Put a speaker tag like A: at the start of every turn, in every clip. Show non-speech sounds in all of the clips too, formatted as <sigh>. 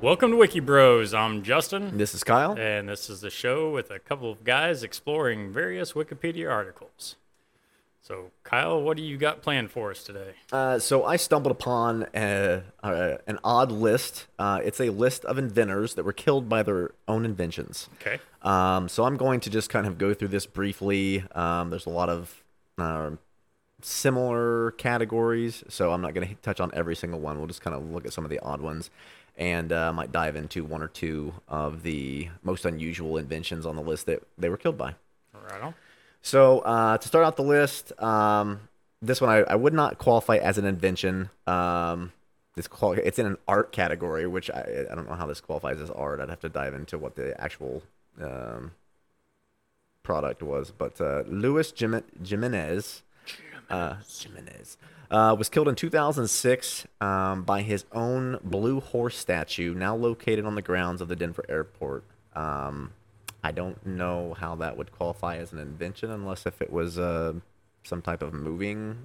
A: Welcome to Wiki Bros. I'm Justin,
B: This is Kyle.
A: and this is the show with a couple of guys exploring various Wikipedia articles. So, Kyle, what do you got planned for us today?
B: Uh, so I stumbled upon a, uh an odd list. Uh, it's a list of inventors that were killed by their own inventions.
A: Okay.
B: Um, so I'm going to just kind of go through this briefly. Um, there's a lot of uh, similar categories, so I'm not going to touch on every single one. We'll just kind of look at some of the odd ones, and uh, might dive into one or two of the most unusual inventions on the list that they were killed by.
A: Right on.
B: So uh, to start out the list, um, this one I, I would not qualify as an invention. Um, it's qual- it's in an art category, which I, I don't know how this qualifies as art. I'd have to dive into what the actual um, product was. But uh, Luis Jim- Jimenez, uh, Jimenez uh, was killed in 2006 um, by his own blue horse statue, now located on the grounds of the Denver airport. Um, I don't know how that would qualify as an invention unless if it was uh, some type of moving.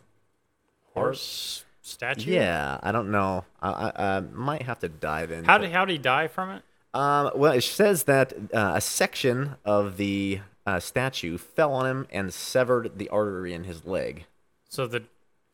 A: Horse statue?
B: Yeah, I don't know. I, I, I might have to dive in.
A: How did, how did he die from it?
B: Um, well, it says that uh, a section of the uh, statue fell on him and severed the artery in his leg.
A: So, the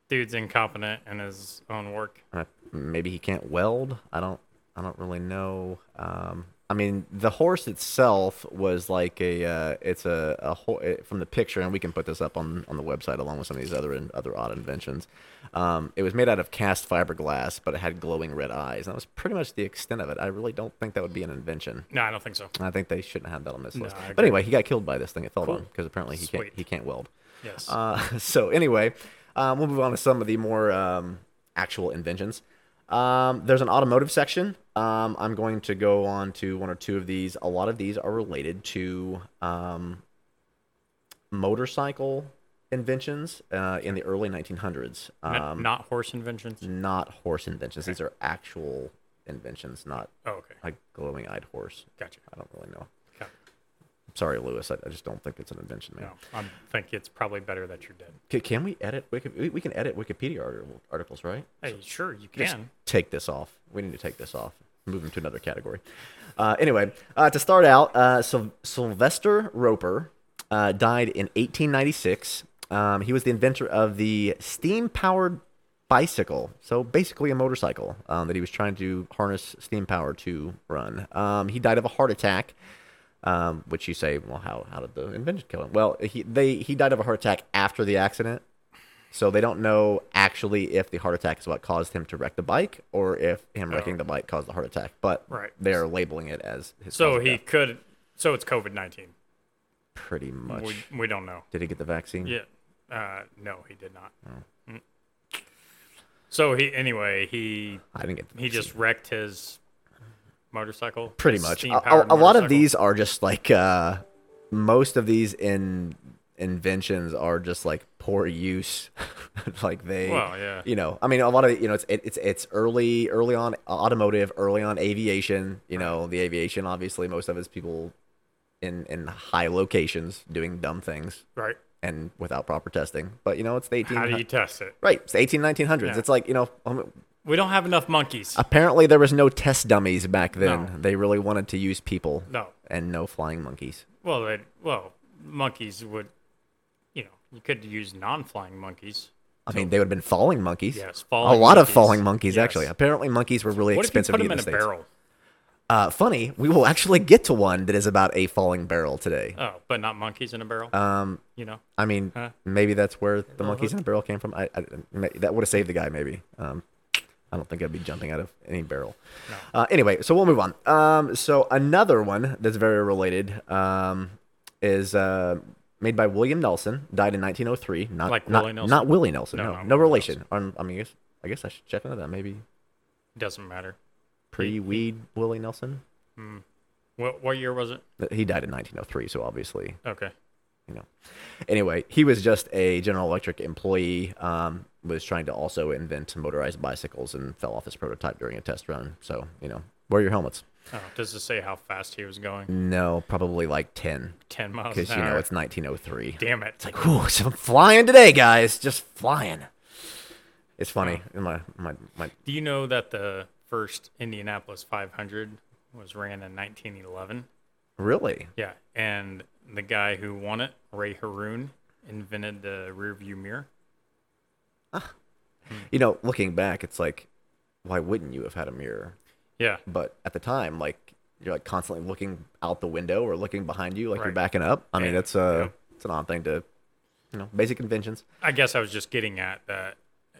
A: dude's incompetent in his own work.
B: Uh, maybe he can't weld. I don't. I don't really know. Um, I mean, the horse itself was like a. Uh, it's a, a ho- eh, from the picture, and we can put this up on, on the website along with some of these other in, other odd inventions. Um, it was made out of cast fiberglass, but it had glowing red eyes. That was pretty much the extent of it. I really don't think that would be an invention.
A: No, I don't think so.
B: I think they shouldn't have that on this list.
A: I
B: But anyway, he got killed by this thing. It fell
A: Cool.
B: on because apparently he
A: Sweet.
B: can't he can't weld.
A: Yes.
B: Uh, <laughs> so anyway, um, we'll move on to some of the more um, actual inventions. Um, there's an automotive section. Um, I'm going to go on to one or two of these. A lot of these are related to um, motorcycle inventions uh, in the early 1900s.
A: N-
B: Um,
A: not horse inventions?
B: not horse inventions. These are actual inventions, not
A: Oh, okay.
B: like glowing-eyed horse.
A: Gotcha.
B: I don't really know.
A: Got it.
B: Sorry, Lewis. I, I just don't think it's an invention, man.
A: No, I think it's probably better that you're dead.
B: Ca- Can we edit? Wiki- We we can edit Wikipedia arti- articles, right?
A: Hey, sure, you
B: Just
A: can.
B: take this off. We need to take this off. Move him to another category. Uh, anyway, uh, to start out, uh, Syl- Sylvester Roper uh, died in 1896. Um, he was the inventor of the steam-powered bicycle, so basically a motorcycle um, that he was trying to harness steam power to run. Um, he died of a heart attack. Um, which you say, well, how, how did the invention kill him? Well, he they he died of a heart attack after the accident, so they don't know actually if the heart attack is what caused him to wreck the bike or if him wrecking the bike caused the heart attack. But
A: Oh. Right.
B: they're labeling it as his. cause
A: So,
B: of
A: he
B: death,
A: could. So, it's COVID 19.
B: pretty much
A: We, we don't know.
B: did he get the vaccine?
A: Yeah. Uh, no, he did not.
B: Oh.
A: Mm. So he anyway he
B: I didn't get. The
A: he
B: vaccine.
A: just wrecked his motorcycle.
B: pretty
A: his
B: much. A, a,
A: steam-powered
B: a lot of
A: motorcycle.
B: these are just like uh, most of these in inventions are just like poor use, <laughs> like they.
A: Well, yeah.
B: You know, I mean, a lot of you know, it's it, it's it's early early on automotive, early on aviation. You know, the aviation obviously most of it's people in in high locations doing dumb things
A: right.
B: and without proper testing. But you know, it's the eighteen.
A: How do you test it?
B: Right, it's the 18, 1900s.
A: Yeah.
B: It's like, you know, um,
A: We don't have enough monkeys.
B: apparently there was no test dummies back then.
A: No.
B: They really wanted to use people
A: no.
B: and no flying monkeys.
A: Well, they, well, monkeys would. You know, you could use non-flying monkeys.
B: I mean, they would have been falling monkeys.
A: Yes,
B: a
A: falling
B: lot
A: monkeys.
B: of falling monkeys,
A: Yes.
B: actually. Apparently, monkeys were really
A: What if you
B: expensive
A: put
B: to
A: them in
B: get in
A: a
B: the States.
A: barrel?
B: Uh, funny, we will actually get to one that is about a falling barrel today.
A: Oh, but not monkeys in a barrel.
B: Um,
A: you know.
B: I mean,
A: Huh?
B: maybe that's where the monkeys in a barrel came from. I, I, ma- that would have saved the guy, maybe. Um, I don't think I'd be jumping out of any barrel. Uh, anyway, so we'll move on. Um, so another one that's very related um, is uh, made by William Nelson. Died in 1903. Not
A: Like
B: not,
A: Willie Nelson?
B: Not Willie Nelson.
A: No,
B: No, no,
A: not Willie
B: relation. Um, I mean, I guess, I guess I should check into that. Maybe
A: Doesn't matter.
B: pre-weed Willie Nelson.
A: What what year was it?
B: He died in 1903, so obviously
A: Okay.
B: you know. Anyway, he was just a General Electric employee. Um, was trying to also invent motorized bicycles and fell off his prototype during a test run. So you know, wear your helmets.
A: Oh, does it say how fast he was going?
B: No, probably like ten,
A: Ten miles an
B: because you know
A: hour.
B: it's 1903.
A: Damn it!
B: It's like, whew, so I'm flying today, guys. Just flying. It's funny. My my my.
A: Do you know that the first Indianapolis 500 was ran in 1911.
B: Really?
A: Yeah, and the guy who won it, Ray Haroon, invented the rear view mirror.
B: You know, looking back, it's like, why wouldn't you have had a mirror?
A: Yeah,
B: But at the time, like you're like constantly looking out the window or looking behind you, like you're
A: Right.
B: backing up. I mean,
A: Yeah.
B: it's a
A: Yep.
B: it's an odd thing to, you know, basic inventions.
A: I guess I was just getting at that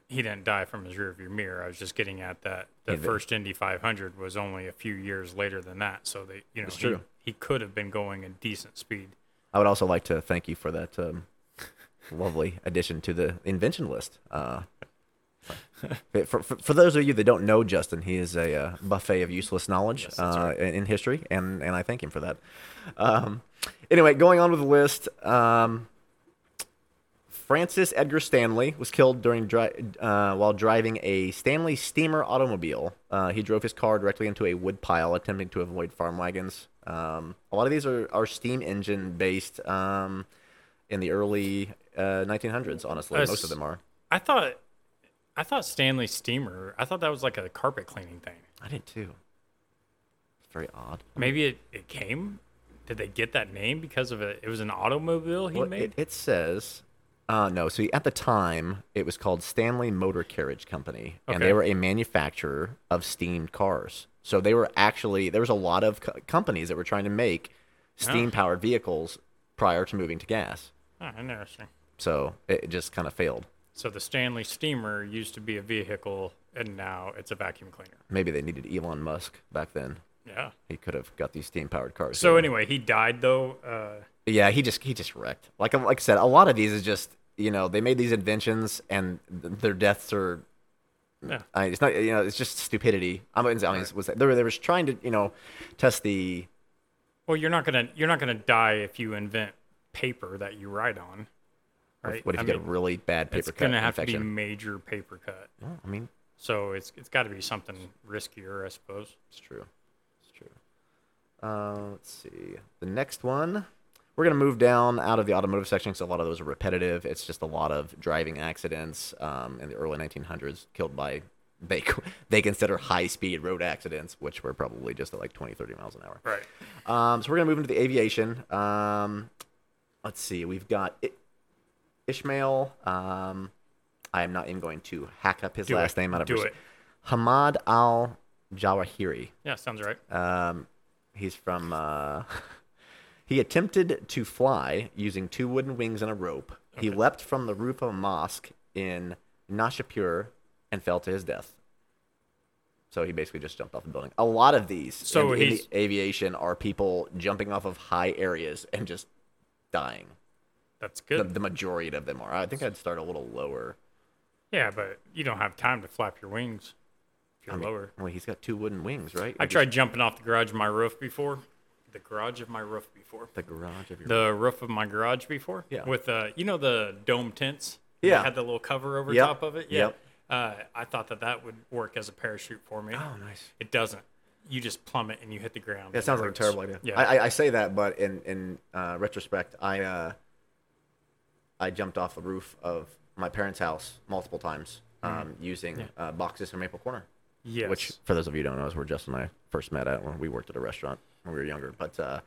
A: he didn't die from his rearview mirror. I was just getting at that the
B: Inven-
A: first Indy 500 was only a few years later than that, so they you know
B: That's
A: he,
B: true.
A: he could have been going a decent speed.
B: I would also like to thank you for that um, <laughs> lovely addition to the invention list. Uh, for, for, for those of you that don't know Justin, he is a uh, buffet of useless knowledge
A: Yes, that's
B: uh, in in history, and, and I thank him for that. Um, anyway, going on with the list, um, Francis Edgar Stanley was killed during dri- uh, while driving a Stanley steamer automobile. Uh, he drove his car directly into a wood pile, attempting to avoid farm wagons. Um, a lot of these are, are steam engine based um, in the early uh, 1900s. Honestly,
A: That's-
B: most of them are.
A: I thought I thought Stanley Steamer. I thought that was like a carpet cleaning thing.
B: I did too. It's very odd.
A: Maybe it, it came. Did they get that name because of it? It was an automobile he
B: Well,
A: made.
B: it, it says, uh, no. See, at the time, it was called Stanley Motor Carriage Company, and they
A: Okay.
B: were a manufacturer of steamed cars. So they were actually there was a lot of co- companies that were trying to make steam powered vehicles prior to moving to gas.
A: oh, interesting.
B: So it, it just kind of failed.
A: So the Stanley Steamer used to be a vehicle, and now it's a vacuum cleaner.
B: Maybe they needed Elon Musk back then.
A: Yeah.
B: He could have got these steam powered cars.
A: So
B: going.
A: anyway, he died though. Uh,
B: Yeah, he just he just wrecked. Like like I said, a lot of these is just you know they made these inventions and th- their deaths are.
A: Yeah.
B: I, it's not you know it's just stupidity. I'm I mean, was they were they was trying to you know test the
A: well, you're not gonna you're not gonna die if you invent paper that you write on, right?
B: what if
A: I
B: you get a
A: mean,
B: really bad paper
A: it's
B: cut
A: gonna have to be
B: infection.
A: major paper cut.
B: Well, I mean
A: So it's it's got to be something riskier, I suppose.
B: it's true, it's true. Uh, let's see the next one. We're gonna move down out of the automotive section because a lot of those are repetitive. It's just a lot of driving accidents um, in the early 1900s killed by they <laughs> they consider high speed road accidents, which were probably just at like 20, 30 miles an hour.
A: Right.
B: Um, so we're gonna move into the aviation. Um, let's see, we've got I- Ishmael. Um, I am not even going to hack up his
A: Do
B: last
A: it.
B: name out of
A: Do
B: res-
A: it.
B: Hamad Al Jawahiri.
A: Yeah, sounds right.
B: Um, he's from. Uh, <laughs> he attempted to fly using two wooden wings and a rope. He leapt from the roof of a mosque in Nashapur and fell to his death. So he basically just jumped off a building. A lot of these
A: So
B: in, in
A: he's-
B: the aviation are people jumping off of high areas and just dying.
A: That's
B: The,
A: good.
B: the majority of them are. I think I'd start a little lower.
A: Yeah, but you don't have time to flap your wings if you're
B: I mean,
A: lower.
B: Well, he's got two wooden wings, right?
A: I
B: Or just
A: tried jumping off the garage of my roof before. The garage of my roof before.
B: the garage of your.
A: The roof of my garage before.
B: Yeah.
A: With uh, you know the dome tents.
B: Yeah.
A: That had the little cover over
B: Yep.
A: top of it.
B: Yep.
A: Uh, I thought that that would work as a parachute for me.
B: oh, nice.
A: It doesn't. You just plummet and you hit the ground. and
B: That
A: it
B: sounds like a
A: hurts.
B: terrible idea.
A: Yeah.
B: I, I, I say that, but in in uh, retrospect, I uh, I jumped off the roof of my parents' house multiple times um, using uh, boxes from Maple Corner.
A: Mm-hmm. yes.
B: Which, for those of you who don't know, is where Justin and I first met at when we worked at a restaurant when we were younger. But uh,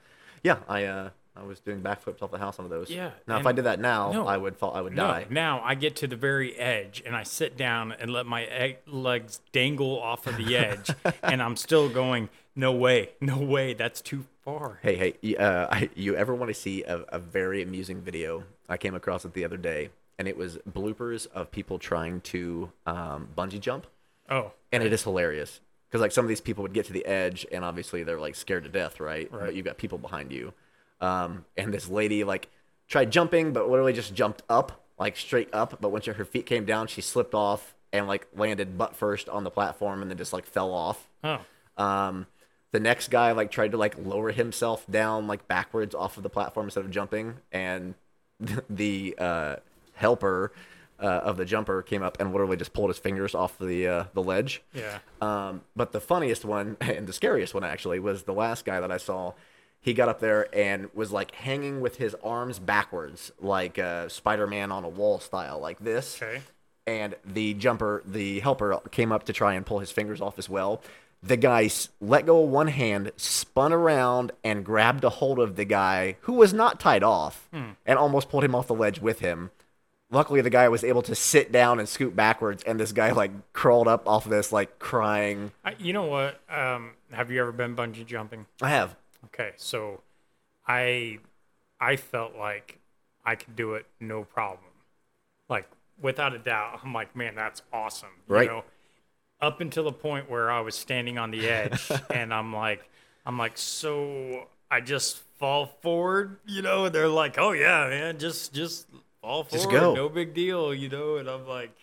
B: yeah, I uh, I was doing backflips off the house on those.
A: Yeah,
B: Now, if
A: and-
B: I did that now,
A: No.
B: I would fall. I would
A: No,
B: die.
A: now I get to the very edge and I sit down and let my egg- legs dangle off of
B: <laughs>
A: the edge, and I'm still going. No way, no way, that's too far.
B: Hey, hey, y- uh, I, you ever want to see a, a very amusing video? I came across it the other day, and it was bloopers of people trying to um, bungee jump,
A: Oh,
B: and it is hilarious because like some of these people would get to the edge, and obviously they're like scared to death, right? But
A: Right.
B: you've got people behind you, um, and this lady like tried jumping, but literally just jumped up, like straight up. But once her feet came down, she slipped off and like landed butt first on the platform, and then just like fell off.
A: oh,
B: Um, the next guy like tried to like lower himself down like backwards off of the platform instead of jumping, and <laughs> the uh, helper uh, of the jumper came up and literally just pulled his fingers off the uh, the ledge.
A: yeah.
B: Um, but the funniest one <laughs> and the scariest one actually was the last guy that I saw. He got up there and was like hanging with his arms backwards, like uh, Spider-Man on a wall style, like this
A: Okay.
B: and the jumper, the helper, came up to try and pull his fingers off as well. The guy s- let go of one hand, spun around, and grabbed a hold of the guy who was not tied off
A: Hmm.
B: and almost pulled him off the ledge with him. Luckily, the guy was able to sit down and scoot backwards, and this guy like crawled up off of this, like crying.
A: I, you know what? Um, have you ever been bungee jumping?
B: I have.
A: Okay, so I I felt like I could do it no problem. Like without a doubt. I'm like, man, that's awesome. You
B: Right.
A: know? Up until the point where I was standing on the
B: <laughs>
A: edge and I'm like I'm like, so I just fall forward, you know, and they're like, Oh yeah, man, just just fall forward.
B: Just go.
A: No big deal, you know, and I'm
B: <laughs>
A: like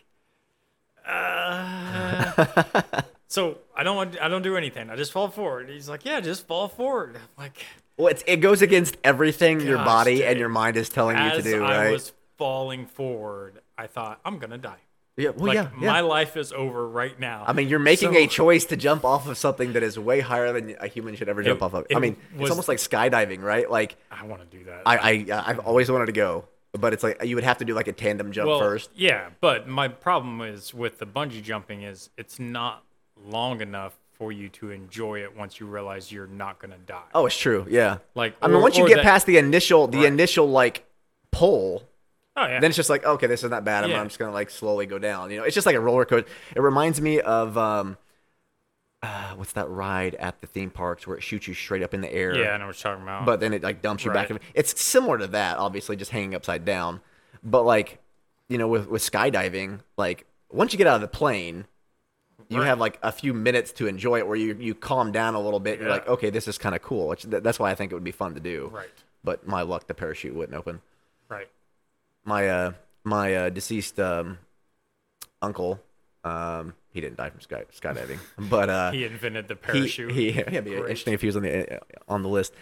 A: uh So I don't want I don't do anything. I just fall forward. He's like, Yeah, just fall forward. I'm like
B: Well, it's, it goes against everything your
A: Gosh,
B: body
A: dude.
B: and your mind is telling you to
A: as
B: do,
A: I
B: right?
A: was falling forward, I thought, I'm gonna die.
B: yeah, well,
A: Like
B: yeah, yeah.
A: my life is over right now.
B: I mean, you're making
A: So-
B: a choice to jump off of something that is way higher than a human should ever jump off of. I
A: it
B: mean, it's
A: was-
B: almost like skydiving, right? Like,
A: I want to do that.
B: I, I, I've always wanted to go, but it's like you would have to do like a tandem jump
A: well,
B: first.
A: yeah, but my problem is with the bungee jumping is it's not long enough for you to enjoy it once you realize you're not gonna die.
B: Oh, it's true. Yeah.
A: Like,
B: I mean,
A: or-
B: once you
A: or
B: get
A: that-
B: past the initial, the initial like pull,
A: Oh, yeah.
B: then it's just like okay this is not bad I'm,
A: Yeah.
B: I'm just gonna like slowly go down you know it's just like a roller coaster it reminds me of um uh, what's that ride at the theme parks where it shoots you straight up in the air
A: yeah, I know what you're talking about.
B: but then it like dumps you back
A: Right.
B: it's similar to that obviously just hanging upside down but like you know with with skydiving like once you get out of the plane you have like a few minutes to enjoy it where you, you calm down a little bit and you're
A: Yeah.
B: like okay this is kind of cool which, th- that's why i think it would be fun to do
A: right,
B: but my luck the parachute wouldn't open
A: right.
B: my uh my uh deceased um uncle um he didn't die from sky skydiving <laughs> but uh
A: He invented the
B: he,
A: parachute.
B: he yeah, it'd be
A: Great.
B: interesting if he was on the on the list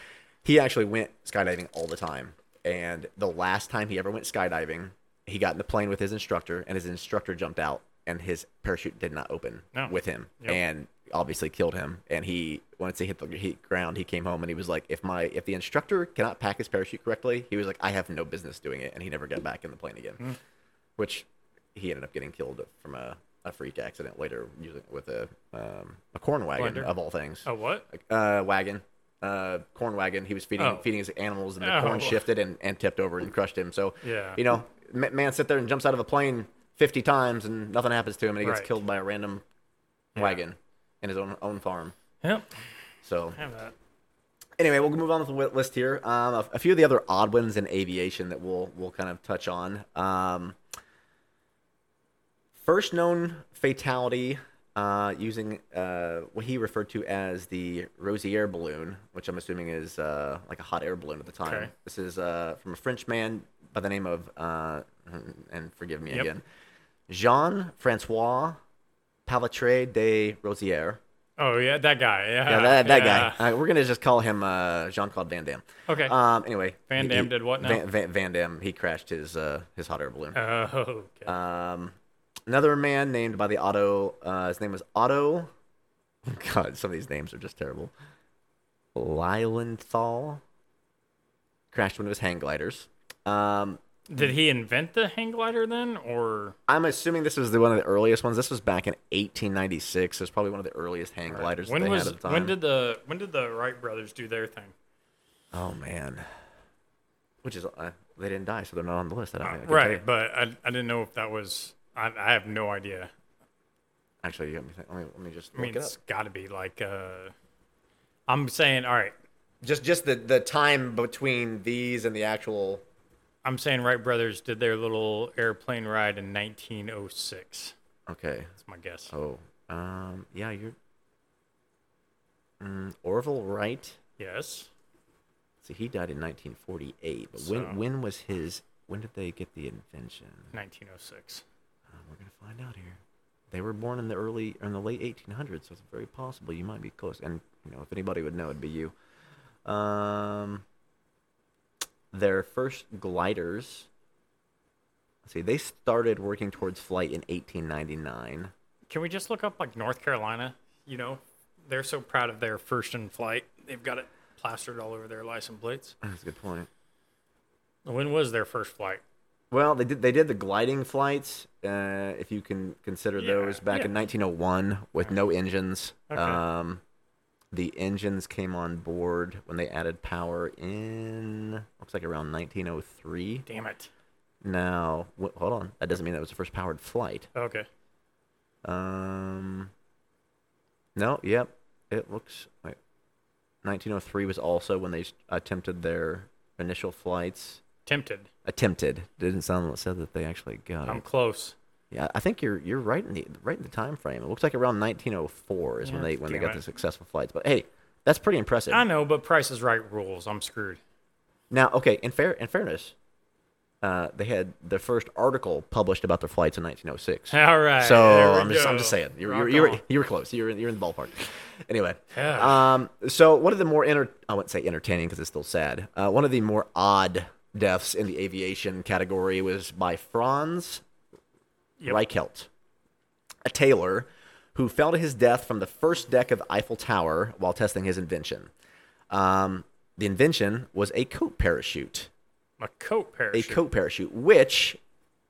B: he actually went skydiving all the time and the last time he ever went skydiving he got in the plane with his instructor and his instructor jumped out and his parachute did not open
A: No.
B: with him
A: Yep.
B: and obviously killed him and he once he hit the he, ground he came home and he was like if my if the instructor cannot pack his parachute correctly he was like i have no business doing it and he never got back in the plane again
A: Hmm.
B: which he ended up getting killed from a, a freak accident later using with a um, a corn wagon
A: Blender?
B: of all things
A: oh, what?
B: uh, wagon, uh, corn wagon. He was feeding
A: Oh.
B: feeding his animals, and the
A: Oh.
B: corn shifted and, and tipped over and crushed him. So
A: Yeah.
B: you know, ma- man sit there and jumps out of a plane fifty times and nothing happens to him, and he
A: Right.
B: gets killed by a random wagon in his own own farm.
A: Yep.
B: So
A: Have that.
B: anyway, we'll move on with the wi- list here. Um, a, a few of the other odd ones in aviation that we'll we'll kind of touch on. Um, first known fatality uh, using uh, what he referred to as the Rosier balloon, which I'm assuming is uh, like a hot air balloon at the time.
A: Okay.
B: This is uh, from a French man by the name of uh, and forgive me
A: Yep.
B: again, Jean Francois Palatre de Rosier.
A: Oh yeah, that guy. Yeah.
B: Yeah, that, that
A: yeah.
B: guy. Uh, we're gonna just call him uh, Jean Claude Van Damme.
A: Okay.
B: Um. Anyway,
A: Van
B: he-
A: Damme did what now?
B: Van, Van, Van Damme he crashed his uh, his hot air balloon.
A: oh, okay.
B: Um, another man named by the Otto. Uh, his name was Otto. <laughs> God, some of these names are just terrible. Lilienthal crashed one of his hang gliders. Um,
A: Did he invent the hang glider then, or
B: I'm assuming this was the one of the earliest ones. This was back in 1896. So it's probably one of the earliest hang gliders that
A: when
B: they
A: was
B: had at the time.
A: when did the when did the Wright brothers do their thing?
B: Oh man. Which is uh, they didn't die, so they're not on the list. I don't think. I can tell you.
A: Right, but I, I didn't know if that was I, I have no idea.
B: Actually, you got me. Think. Let me let me just
A: I
B: look
A: mean,
B: it up.
A: it's got to be like uh, I'm saying. All right,
B: Just just the the time between these and the actual.
A: I'm saying Wright brothers did their little airplane ride in 1906.
B: Okay.
A: That's my guess.
B: Oh. Um. Yeah. You're. Mm, Orville Wright.
A: Yes,
B: See, he died in 1948. But
A: So-
B: when when was his? When did they get the invention?
A: 1906.
B: Uh, we're gonna find out here. They were born in the early or in the late 1800s, so it's very possible you might be close. And you know, if anybody would know, it'd be you. Um, their first gliders. Let's see, they started working towards flight in 1899.
A: Can we just look up like North Carolina? You know, they're so proud of their first in flight. They've got it plastered all over their license plates.
B: That's a good point.
A: When was their first flight?
B: Well, they did they did the gliding flights, uh, if you can consider
A: Yeah,
B: those, back in 1901 with no engines.
A: Okay.
B: Um, the engines came on board when they added power in looks like around 1903.
A: Damn it.
B: Now, wh- hold on, that doesn't mean that was the first powered flight.
A: Okay.
B: Um, no, yep, it looks like 1903 was also when they s- attempted their initial flights.
A: Tempted.
B: Attempted didn't sound what said that they actually got it.
A: I'm close.
B: Yeah, I think you're you're right in the right in the time frame. It looks like around 1904 is when
A: Yeah,
B: they when they
A: damn
B: got
A: it.
B: the successful flights. But hey, that's pretty impressive.
A: I know, but Price is Right rules. I'm screwed. <laughs>
B: Now, okay, in fair in fairness, uh, they had the first article published about their flights in 1906.
A: All right.
B: so
A: there we
B: I'm just, I'm just
A: go.
B: saying you
A: Rock
B: were, you were,
A: on.
B: you were close. You were, you were in the ballpark. Anyway,
A: Yeah.
B: um, so one of the more enter I wouldn't say entertaining because it's still sad. Uh, one of the more odd deaths in the aviation category was by Franz
A: Yep.
B: Reichelt, a tailor who fell to his death from the first deck of Eiffel Tower while testing his invention. Um, the invention was a coat parachute,
A: A coat
B: a
A: parachute.
B: coat parachute, which,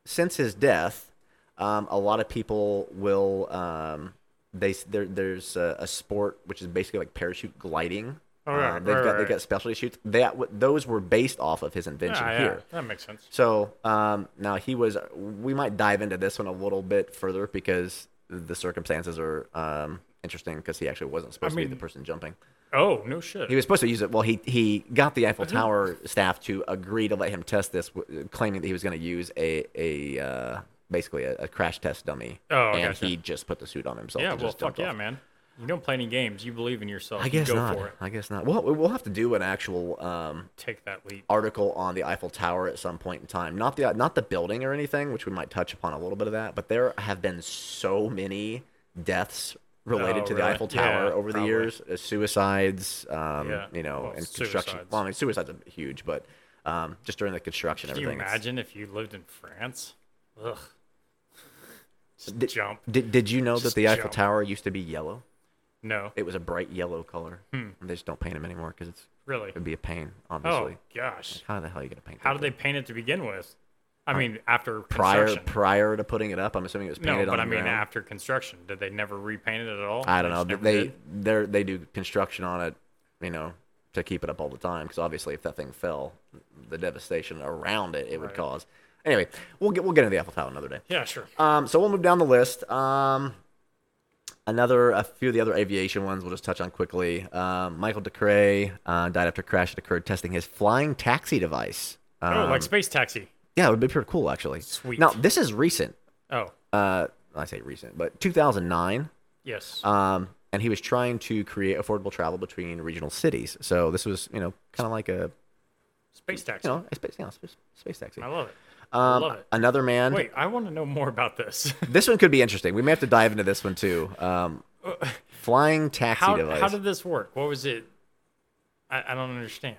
B: since his death, um, a lot of people will. Um, they s- there, there's a, a sport which is basically like parachute gliding. Um,
A: Oh, right,
B: they've
A: right,
B: got
A: right.
B: they've got specialty shoots. That w- those were based off of his invention
A: Ah, yeah,
B: here.
A: That makes sense.
B: So um, now he was. We might dive into this one a little bit further because the circumstances are um, interesting. Because he actually wasn't supposed to
A: mean-
B: be the person jumping.
A: Oh, no shit.
B: He was supposed to use it. Well, he he got the Eiffel Tower staff to agree to let him test this, w- claiming that he was going to use a a uh, basically a, a crash test dummy.
A: Oh,
B: and
A: gotcha.
B: he just put the suit on himself.
A: yeah,
B: and
A: well,
B: just jumped
A: fuck yeah,
B: off.
A: man. You don't play any games. You believe in yourself.
B: I guess
A: you go
B: not.
A: for it.
B: I guess not. Well, we'll have to do an actual um,
A: Take that leap.
B: article on the Eiffel Tower at some point in time. Not the not the building or anything, which we might touch upon a little bit of that, but there have been so many deaths related
A: Oh,
B: to the
A: really?
B: Eiffel Tower
A: Yeah,
B: over the
A: probably.
B: years, uh, suicides, um,
A: Yeah.
B: you know,
A: Well,
B: and construction.
A: suicides.
B: Well, I mean, suicides are huge, but um, just during the construction,
A: Can you
B: everything. it's-
A: imagine if you lived in France? Ugh. Just
B: Did-
A: jump.
B: Did, did you know
A: Just
B: that the Eiffel
A: jump.
B: Tower used to be yellow?
A: No,
B: It was a bright yellow color.
A: Hmm.
B: They just don't paint them anymore because it's
A: really.
B: it would be a pain,
A: Oh
B: obviously.
A: gosh.
B: How the hell are you gonna paint?
A: How
B: that
A: did they paint it to begin with? I mean, after
B: prior
A: construction.
B: prior to putting it up? I'm assuming it was painted
A: no,
B: on
A: but I
B: the
A: mean
B: ground.
A: after construction. Did they never repaint it at all?
B: I don't know.
A: just never
B: but They
A: did?
B: they they do construction on it, you know, to keep it up all the time because obviously if that thing fell, the devastation around it it would cause. Anyway, we'll get we'll get into the Eiffel Tower another day.
A: Yeah, sure.
B: Um, so we'll move down the list. Um, another a few of the other aviation ones we'll just touch on quickly. Um, Michael DeCray uh, died after a crash that occurred testing his flying taxi device. Um,
A: oh, like space taxi.
B: yeah, it would be pretty cool actually.
A: Sweet.
B: Now this is recent.
A: Oh,
B: Uh, I say recent, but 2009.
A: yes.
B: Um, and he was trying to create affordable travel between regional cities. So this was, you know, kind of like a,
A: space taxi.
B: you know, a space, you know, space, space taxi.
A: I love it. I
B: Um,
A: love it.
B: Another man.
A: Wait, I want to know more about this.
B: This one could be interesting. We may have to dive into this one too.
A: <laughs>
B: Um, flying taxi
A: how,
B: device.
A: how did this work? What was it? I, I don't understand.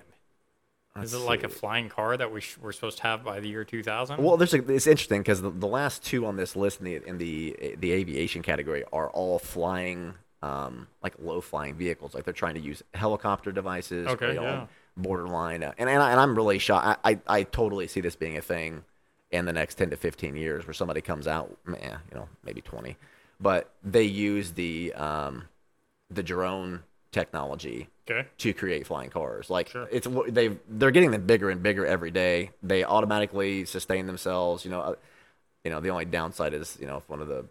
A: Is it like a flying car that we sh- were supposed to have by the year 2000?
B: Well, there's a, it's interesting because the, the last two on this list in the in the the aviation category are all flying, um, like low flying vehicles. Like they're trying to use helicopter devices.
A: Okay,
B: you know,
A: yeah.
B: Borderline, uh, and and, I, and I'm really shocked. I, I I totally see this being a thing in the next ten to fifteen years where somebody comes out, man, you know, maybe twenty, but they use the um, the drone technology
A: okay.
B: to create flying cars. Like it's wh- they they're getting them bigger and bigger every day. They automatically sustain themselves. You know, uh, you know the only downside is you know if one of the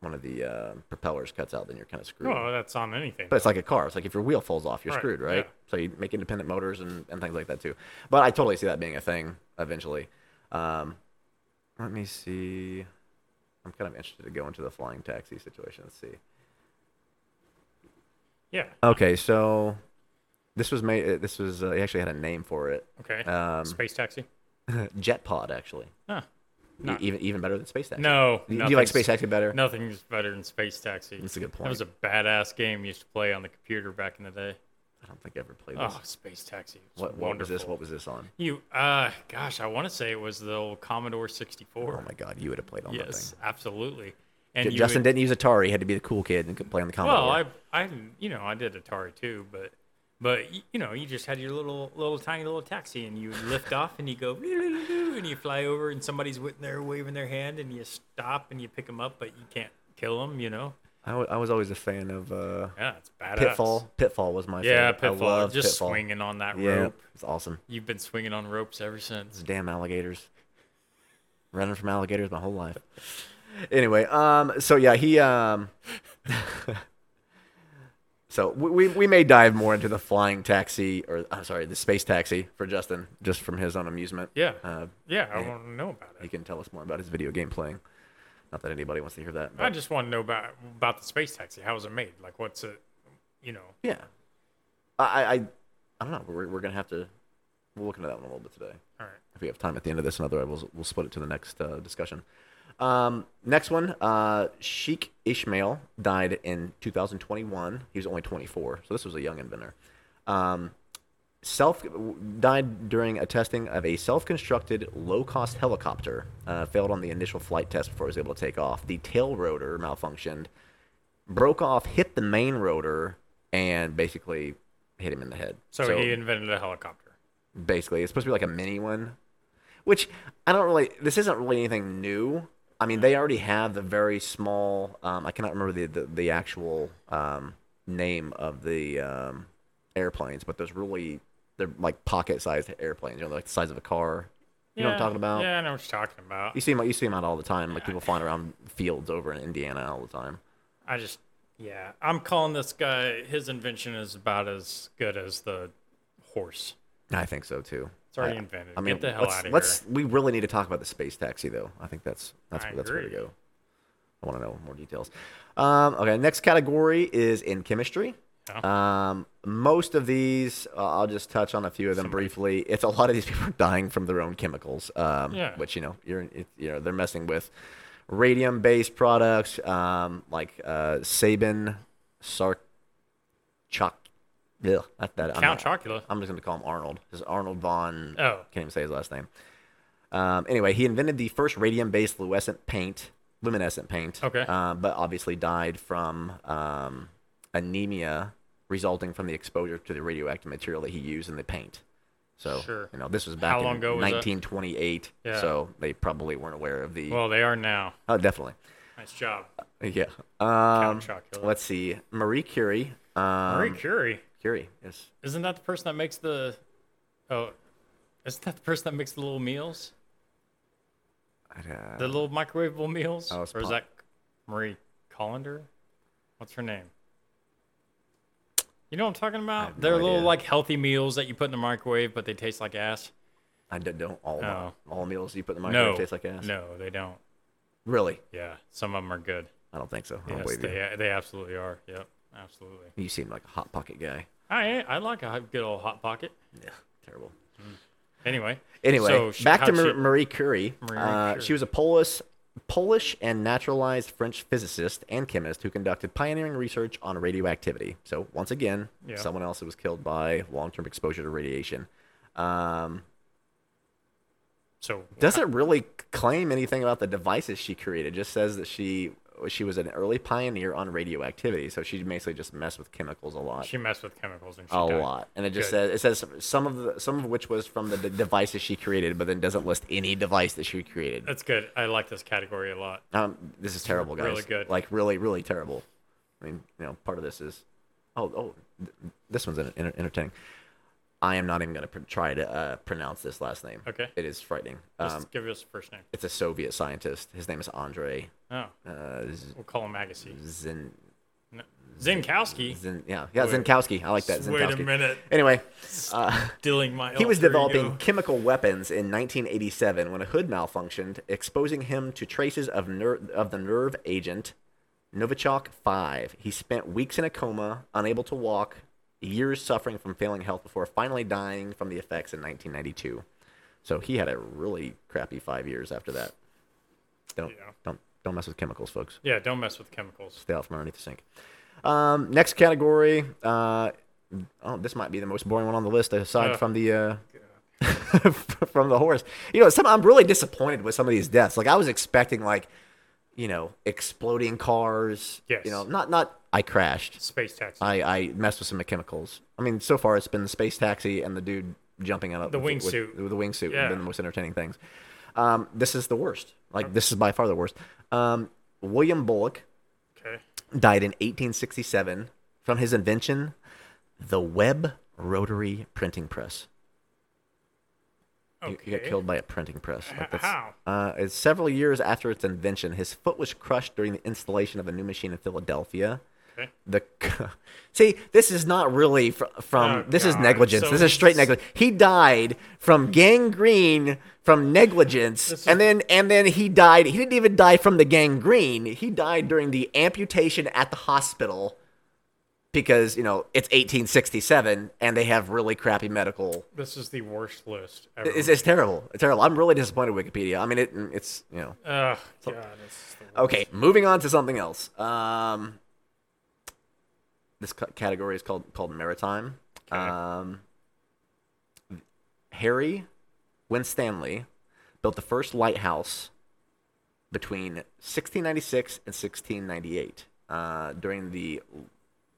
B: one of the uh, propellers cuts out, then you're kind of screwed.
A: Well, that's on anything.
B: But it's like a car. It's like if your wheel falls off, you're
A: Oh. Right,
B: screwed, right?
A: yeah.
B: So you make independent motors and, and things like that too. But I totally see that being a thing eventually. Um, let me see. I'm kind of interested to go into the flying taxi situation. Let's see.
A: yeah.
B: Okay, so this was made. This was uh, he actually had a name for it.
A: Okay.
B: Um,
A: space taxi.
B: jet pod actually.
A: Huh.
B: E-
A: Not-
B: even even better than space taxi.
A: No.
B: You, you like
A: nothing's-
B: space taxi better?
A: Nothing's better than space taxi.
B: That's a good
A: That
B: point.
A: was a badass game you used to play on the computer back in the day.
B: I don't think I ever played this.
A: Oh, space taxi. It was
B: what what was
A: wonderful.
B: this? What was this on?
A: You, uh, gosh, I want to say it was the old Commodore
B: Oh
A: 64.
B: my god, you would have played on that
A: yes,
B: thing.
A: absolutely. And
B: Ju-
A: you
B: Justin
A: would,
B: didn't use Atari. He had to be the cool kid and could play on the Commodore.
A: well, I, I, you know, I did Atari too, but But y- you know, you just had your little, little tiny little taxi, and you lift <laughs> off, and you go, "Loo-loo-loo-loo," and you fly over, and somebody's waiting there waving their hand, and you stop and you pick them up, but you can't kill them. You know,
B: I wa- I was always a fan of uh,
A: yeah, it's badass.
B: Pitfall. Pitfall was my
A: Yeah,
B: favorite. I
A: pitfall.
B: loved
A: Just
B: Pitfall.
A: swinging on that
B: Yeah,
A: rope.
B: it's awesome.
A: You've been swinging on ropes ever since.
B: Those damn alligators. Running from alligators my whole life. Anyway, um, so yeah, he um, <laughs> so we, we we may dive more into the flying taxi or I'm sorry, the space taxi for Justin, just from his own amusement.
A: Yeah,
B: Uh,
A: yeah, I want to know about
B: he
A: it.
B: can tell us more about his video game playing. Not that anybody wants to hear that.
A: I
B: But,
A: just want to know about about the space taxi. How was it made? Like, what's it? You know,
B: yeah, I I I I don't know. We're we're gonna have to we'll look into that one a little bit today.
A: all right.
B: if we have time at the end of this, and otherwise we'll, we'll split it to the next uh, discussion. Um, next one, uh, Sheikh Ishmael died in 2021. He was only 24, so this was a young inventor. Um, self died during a testing of a self-constructed low-cost helicopter. Uh, failed on the initial flight test before it was able to take off. The tail rotor malfunctioned, broke off, hit the main rotor, and basically hit him in the head.
A: So, he invented a helicopter.
B: basically. It's supposed to be like a mini one, which I don't really. This isn't really anything new. I
A: Mm.
B: mean, they already have the very small. Um, I cannot remember the the, the actual um, name of the um, airplanes, but there's really they're like pocket sized airplanes, you know, like the size of a car. You know what I'm talking about?
A: Yeah, I know what you're talking about.
B: You see them. You see them out all the time. Like people flying around fields over in Indiana all the time.
A: I just, yeah, I'm calling this guy. His invention is about as good as the horse.
B: I think so too.
A: It's already
B: I-
A: invented.
B: I mean,
A: Get the hell
B: let's,
A: out of
B: let's
A: here.
B: we really need to talk about the space taxi though. I think that's that's
A: I
B: that's where to
A: agree.
B: go. I want to know more details. Um, okay, next category is in chemistry. Um, most of these, uh, I'll just touch on a few of them briefly. It's a lot of these people are dying from their own chemicals, um,
A: Yeah.
B: which you know you're it, you know they're messing with radium-based products um, like uh, Sabin, Sarc, Chalk. Ugh, that, that, I'm
A: Count
B: not-
A: Chocula.
B: I'm just going to call him Arnold. This is Arnold von.
A: Oh.
B: Can't even say his last name. Um, anyway, he invented the first radium-based fluorescent paint, luminescent paint.
A: Okay.
B: Uh, but obviously died from um, anemia resulting from the exposure to the radioactive material that he used in the paint. So
A: Sure.
B: you know this was back
A: How
B: in
A: long ago was that?
B: 1928.
A: Yeah.
B: So they probably weren't aware of the.
A: Well, they are now.
B: oh, definitely.
A: Nice job.
B: Yeah. Um,
A: Chocula.
B: let's see. Marie Curie. Um,
A: Marie Curie.
B: Curie. Yes.
A: Isn't that the person that makes the? Oh, isn't that the person that makes the little meals?
B: I- uh,
A: The little microwavable meals?
B: Oh, it's
A: or is
B: pop-
A: that Marie Colander? What's her name? You know what I'm talking about?
B: have
A: They're
B: no
A: little
B: idea.
A: like healthy meals that you put in the microwave, but they taste like ass.
B: I d- don't all
A: No.
B: all meals you put in the microwave
A: No,
B: taste like ass.
A: no, they don't.
B: Really?
A: Yeah, some of them are good.
B: I don't think so. I don't
A: Yes,
B: believe you.
A: they, they absolutely are. Yep, absolutely.
B: You seem like a hot pocket guy.
A: I I like a hot- good old hot pocket.
B: Yeah, terrible.
A: Anyway.
B: Anyway,
A: so she-
B: back to
A: how'd
B: Mar-
A: she-
B: Marie Curie.
A: Marie
B: uh,
A: Curie.
B: She was a Polish, Polish and naturalized French physicist and chemist who conducted pioneering research on radioactivity. So once again,
A: Yeah.
B: someone else who was killed by long-term exposure to radiation. Um,
A: So
B: doesn't really claim anything about the devices she created. Just says that she she was an early pioneer on radioactivity. So she basically just messed with chemicals a lot.
A: she messed with chemicals and she
B: a
A: died.
B: lot, and it just
A: Good.
B: says it says some of the, some of which was from the d- devices she created, but then doesn't list any device that she created.
A: That's good. I like this category a lot.
B: Um, this is terrible, guys.
A: really good.
B: Like really, really terrible. I mean, you know, part of this is, oh, oh, th- this one's enter- enter- entertaining. I am not even gonna pr- try to uh, pronounce this last name.
A: Okay.
B: it is frightening.
A: Just
B: Um,
A: give us the first name.
B: it's a Soviet scientist. His name is Andre
A: Oh,
B: uh, Z-
A: we'll call him Agassiz.
B: Zin,
A: No. Zinkowski.
B: Zin, yeah, yeah,
A: Wait.
B: Zinkowski. I like that.
A: Wait a
B: Zinkowski.
A: minute.
B: Anyway,
A: Dealing my
B: <laughs> he was
A: alter
B: developing
A: ego.
B: chemical weapons in 1987 when a hood malfunctioned, exposing him to traces of ner- of the nerve agent Novichok 5. He spent weeks in a coma, unable to walk, years suffering from failing health before finally dying from the effects in 1992. So he had a really crappy 5 years after that. Don't
A: Yeah.
B: don't don't mess with chemicals, folks
A: Yeah, don't mess with chemicals.
B: stay out from underneath the sink. Um, next category. Uh, oh, this might be the most boring one on the list, aside
A: Uh.
B: from the uh, <laughs> from the horse. You know, some I'm really disappointed with some of these deaths. Like I was expecting, like you know, exploding cars.
A: Yes.
B: You know, not not I crashed.
A: Space taxi.
B: I, I messed with some chemicals. I mean, so far it's been the space taxi and the dude jumping out of
A: The
B: with- with-
A: wingsuit.
B: With, the wingsuit
A: Yeah.
B: have been the most entertaining things. Um, this is the worst. Like this is by far the worst. Um, William Bullock
A: okay.
B: died in 1867 from his invention, the Webb rotary printing press. He-
A: Okay.
B: He got killed by a printing press. Like that's,
A: how?
B: Uh, it's several years after its invention. His foot was crushed during the installation of a new machine in Philadelphia.
A: Okay.
B: The <laughs> see, this is not really fr- from.
A: Oh,
B: this is
A: God.
B: negligence.
A: So
B: this is straight
A: he's-
B: negligence. He died from gangrene
A: This
B: from negligence, and
A: is-
B: then and then he died. He didn't even die from the gangrene. He died during the amputation at the hospital. Because you know it's 1867 and they have really crappy medical
A: This is the worst list ever.
B: it's, it's terrible. It's terrible. I'm really disappointed with Wikipedia. I mean, it, it's you know.
A: Ugh,
B: Oh.
A: God, this is the worst.
B: Okay, moving on to something else. Um, this c- category is called called maritime.
A: Okay.
B: Um, Harry Winstanley built the first lighthouse between 1696 and 1698. Uh, during the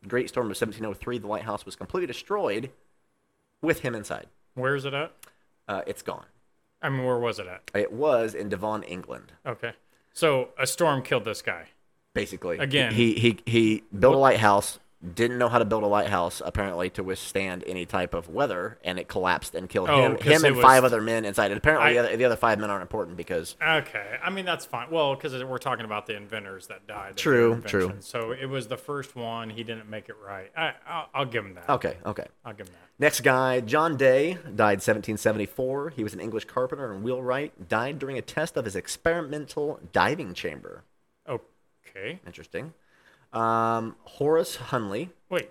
B: Great Storm of 1703, the lighthouse was completely destroyed with him inside.
A: Where is it at?
B: Uh, it's gone.
A: I mean, where was it at?
B: It was in Devon, England.
A: Okay. So a storm killed this guy.
B: Basically,
A: Again.
B: he he he built a lighthouse. Didn't know how to build a lighthouse apparently to withstand any type of weather, and it collapsed and killed
A: Oh,
B: him,
A: 'cause
B: him
A: it
B: and
A: was-
B: five other men inside. And apparently,
A: I-
B: the, other, the other five men aren't important because
A: Okay. I mean, that's fine. Well, because we're talking about the inventors that died. of their
B: True, true.
A: invention. So it was the first one. He didn't make it right. I, I'll, I'll give him that.
B: okay, okay.
A: I'll give him that.
B: Next guy, John Day, died 1774. He was an English carpenter and wheelwright. Died during a test of his experimental diving chamber.
A: Okay.
B: Interesting. Um, Horace Hunley.
A: Wait.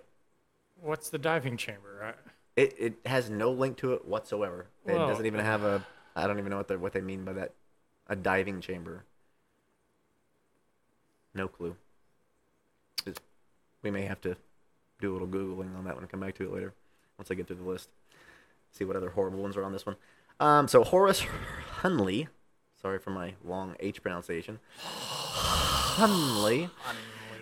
A: What's the diving chamber? I,
B: It it has no link to it whatsoever. It
A: Well-
B: doesn't even have a. I don't even know what they what they mean by that. A diving chamber. No clue. It's- we may have to do a little googling on that one and come back to it later once I get through the list. See what other horrible ones are on this one. Um, so Horace Hunley, sorry for my long H pronunciation. Hunley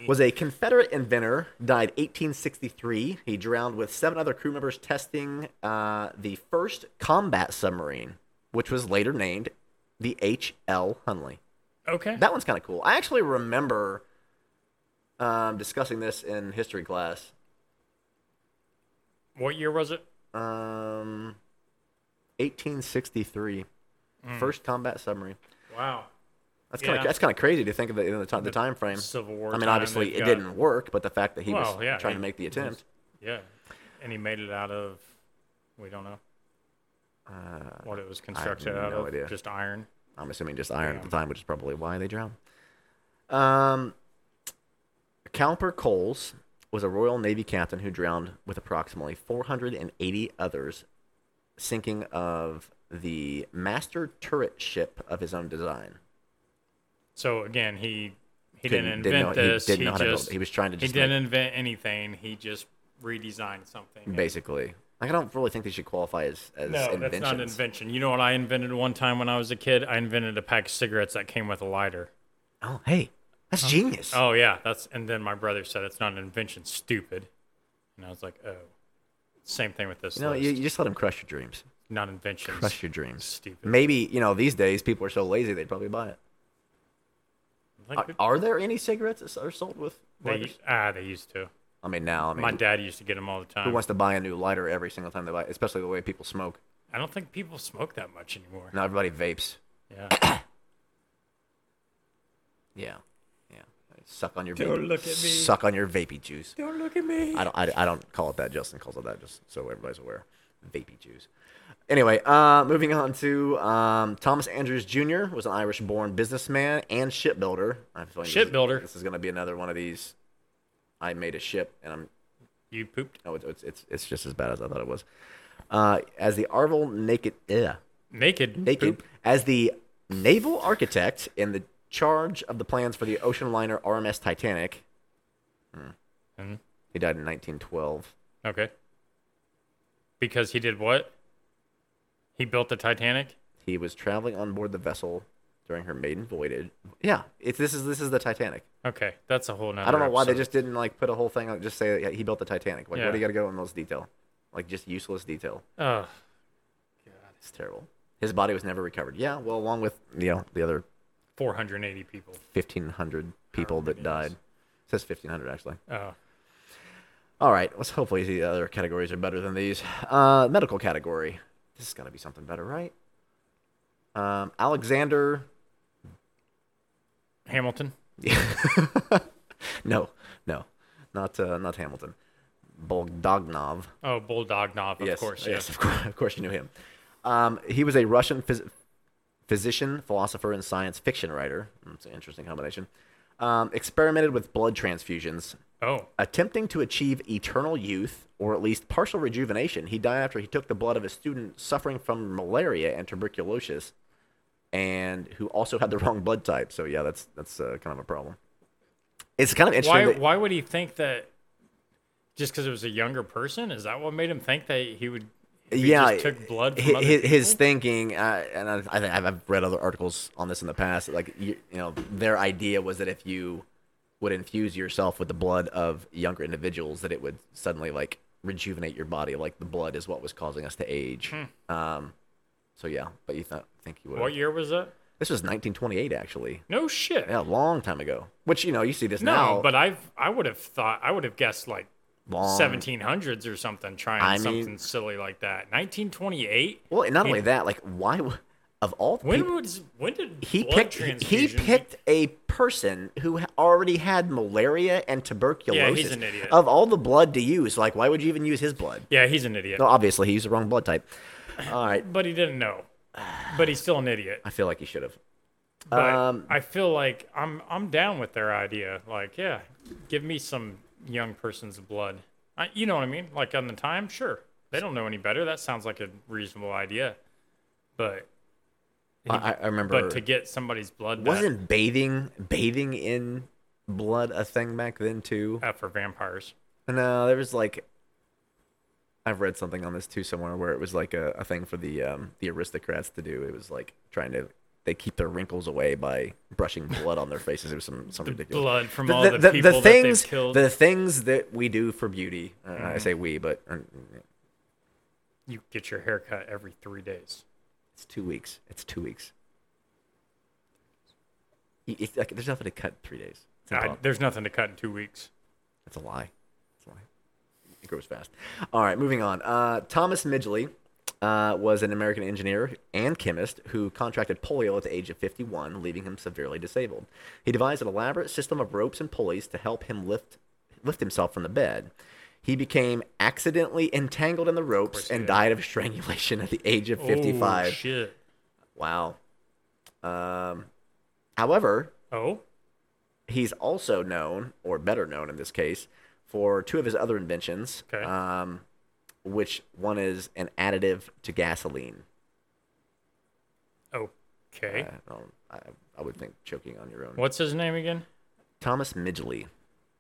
B: was a Confederate inventor, died 1863. He drowned with seven other crew members testing uh, the first combat submarine, which was later named the H.L. Hunley.
A: Okay.
B: That one's kind of cool. I actually remember um, discussing this in history class.
A: what year was it?
B: Um, 1863, first combat submarine.
A: Wow.
B: That's kind of
A: Mm. Yeah.
B: that's kind of crazy to think of it in the, ti- the time frame.
A: Civil War.
B: I mean,
A: time,
B: obviously
A: they've
B: it
A: got-
B: didn't work, but the fact that he
A: Well,
B: was
A: yeah,
B: trying to
A: he-
B: make the attempt.
A: Yeah. And he made it out of, we don't know
B: Uh,
A: what it was constructed out
B: no
A: of.
B: idea.
A: Just iron.
B: I'm assuming just iron at the
A: Yeah.
B: time, which is probably why they drowned. Um, Cowper Coles was a Royal Navy captain who drowned with approximately 480 others, sinking of the master turret ship of his own design.
A: So again, he he
B: Couldn't-
A: didn't,
B: didn't know-
A: invent
B: he
A: this. He,
B: didn't know how to build-
A: just
B: he was trying to just
A: he
B: make-
A: didn't invent anything. He just redesigned something. and-
B: Basically, like, I don't really think they should qualify as as
A: no,
B: inventions.
A: that's not an invention. You know what I invented one time when I was a kid? I invented a pack of cigarettes that came with a lighter.
B: oh, hey, that's genius.
A: Oh yeah, that's and then my brother said it's not an invention, stupid. And I was like, oh. Same thing with this
B: you know,
A: list.
B: you, you just let him crush your dreams.
A: not inventions.
B: Crush your dreams.
A: Stupid.
B: Maybe you know these days people are so lazy they'd probably buy it.
A: Like,
B: Are, are there any cigarettes that are sold with?
A: they,
B: lighters?
A: u- ah, they used to.
B: I mean, now I mean,
A: My dad used to get them all the
B: who
A: time.
B: wants to buy a new lighter every single time they buy? Especially the way people smoke.
A: I don't think people smoke that much anymore.
B: Now everybody vapes.
A: Yeah.
B: Yeah, yeah. Suck on your
A: Don't
B: vapey-
A: look at me.
B: Suck on your vapey juice.
A: <coughs> don't look at me.
B: I don't. I, I don't call it that. Justin calls it that. Just so everybody's aware. Vapey juice. Anyway, uh, moving on to um, Thomas Andrews Jr. was an Irish-born businessman and shipbuilder. I have a feeling this is-
A: Shipbuilder.
B: This is going to be another one of these. I made a ship, and I'm
A: You pooped.
B: Oh, it's it's it's, it's just as bad as I thought it was. Uh, as the Arval naked ugh,
A: Naked.
B: naked
A: Poop.
B: as the naval architect in the charge of the plans for the ocean liner RMS Titanic.
A: Mhm.
B: He died in 1912.
A: Okay. Because he did what? He built the Titanic?
B: He was traveling on board the vessel during her maiden voyage. Yeah, it's this is this is the Titanic.
A: Okay, that's a whole nother.
B: I don't know why they
A: episode.
B: just didn't like put a whole thing like just say that he built the Titanic. Like,
A: Yeah.
B: what do you got to go in most detail? Like just useless detail.
A: Ugh.
B: It's terrible. His body was never recovered. Yeah, well, along with you know the other
A: 480 people.
B: fifteen hundred people that died. It says fifteen hundred actually.
A: Oh,
B: All right. Let's hopefully the other categories are better than these. Uh, medical category. This has got to be something better, right? Um, Alexander. <laughs>
A: Hamilton.
B: no, no, not uh, not Hamilton. Bogdanov.
A: Oh, Bulldognov, of course.
B: Yes,
A: Yes.
B: of course. Of course, you knew him. Um, he was a Russian phys- physician, philosopher, and science fiction writer. It's an interesting combination. Um, experimented with blood transfusions,
A: Oh,
B: attempting to achieve eternal youth or at least partial rejuvenation. He died after he took the blood of a student suffering from malaria and tuberculosis, and who also had the wrong blood type. So yeah, that's that's uh, kind of a problem. It's kind of interesting.
A: why?
B: that-
A: Why would he think that? Just because it was a younger person, is that what made him think that he would? he
B: yeah,
A: just took blood
B: hi-
A: from other
B: hi- his,
A: people?
B: thinking, uh, and I, I think I've- I've read other articles on this in the past. Like you, you know, their idea was that if you would infuse yourself with the blood of younger individuals, that it would suddenly like rejuvenate your body. Like the blood is what was causing us to age.
A: Hmm.
B: Um, so yeah, but you thought think you would.
A: What year was that?
B: This was 1928, actually.
A: No shit.
B: Yeah, a long time ago. Which you know, you see this
A: no,
B: now.
A: but I've I would have thought I would have guessed like
B: long,
A: 1700s or something, trying
B: Um, I mean-
A: something silly like that. 1928.
B: Well, and not only that, like why? w- Of all the
A: When
B: people,
A: was when did
B: he
A: blood
B: picked he
A: transfusion-
B: picked a person who ha- already had malaria and tuberculosis.
A: an idiot.
B: Of all the blood to use, like why would you even use his blood?
A: Yeah, he's an idiot.
B: No, obviously he used the wrong blood type. All right,
A: But he didn't know. But he's still an idiot.
B: I feel like he should have.
A: But
B: Um,
A: I feel like I'm I'm down with their idea. Like, yeah, give me some young person's blood. I, you know what I mean? Like on the time, sure. They don't know any better. That sounds like a reasonable idea. But
B: I, I remember.
A: but to get somebody's blood back,
B: wasn't bathing bathing in blood a thing back then too?
A: uh, for vampires.
B: No, there was like I've read something on this too somewhere where it was like a, a thing for the um, the aristocrats to do. It was like trying to they keep their wrinkles away by brushing blood on their faces. It was some some ridiculous
A: Blood from
B: the,
A: all
B: the,
A: the,
B: the- the
A: people
B: things
A: that they've killed. Mm-hmm.
B: the things that we do for beauty. Uh, I say we, but uh,
A: you get your hair cut every three days.
B: it's two weeks. It's two weeks. Y- It's like, there's nothing to cut in three days. It's
A: I,
B: impossible.
A: there's nothing to cut in two weeks.
B: That's a lie. That's a lie. It grows fast. All right, moving on. Uh, Thomas Midgley uh, was an American engineer and chemist who contracted polio at the age of 51, leaving him severely disabled. He devised an elaborate system of ropes and pulleys to help him lift lift himself from the bed. He became accidentally entangled in the ropes and died of strangulation at the age of 55.
A: Oh, shit.
B: wow. Um, however,
A: Oh,
B: He's also known, or better known in this case, for two of his other inventions,
A: Okay.
B: um, which one is an additive to gasoline. Uh,
A: okay.
B: I, don't, I, I would think choking on your own.
A: What's his name again?
B: Thomas Midgley.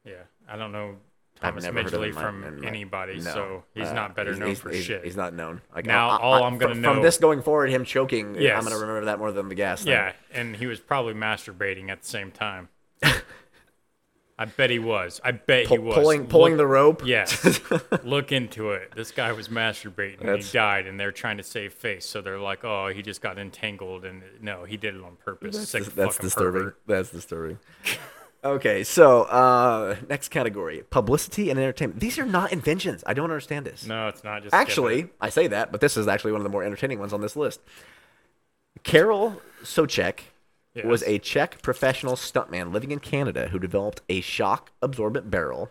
A: Yeah, I don't know Thomas
B: I've never heard of
A: Midgley
B: him in my-
A: from
B: in my-
A: anybody,
B: no.
A: so he's
B: Uh,
A: not better
B: he's-
A: known
B: he's-
A: for
B: he's-
A: shit.
B: He's not known. Like,
A: Now, all I'm gonna
B: from,
A: know-
B: from this going forward, him choking.
A: Yes.
B: I'm gonna remember that more than the gas. thing.
A: yeah, and he was probably masturbating at the same
B: <laughs>
A: time. I bet he was. I bet he was
B: pulling pulling the rope.
A: Yes,
B: <laughs>
A: look into it. This guy was masturbating and
B: That's-
A: he died, and they're trying to save face, so they're like, "Oh, he just got entangled," and no, he did it on purpose. Sick
B: That's, that's
A: fucking
B: disturbing.
A: pervert.
B: That's disturbing. okay, so uh, next category: publicity and entertainment. These are not inventions. I don't understand this.
A: No, it's not. Just skip it.
B: actually, I say that, but this is actually one of the more entertaining ones on this list. Carol Socek was
A: Yes.
B: a Czech professional stuntman living in Canada who developed a shock absorbent barrel.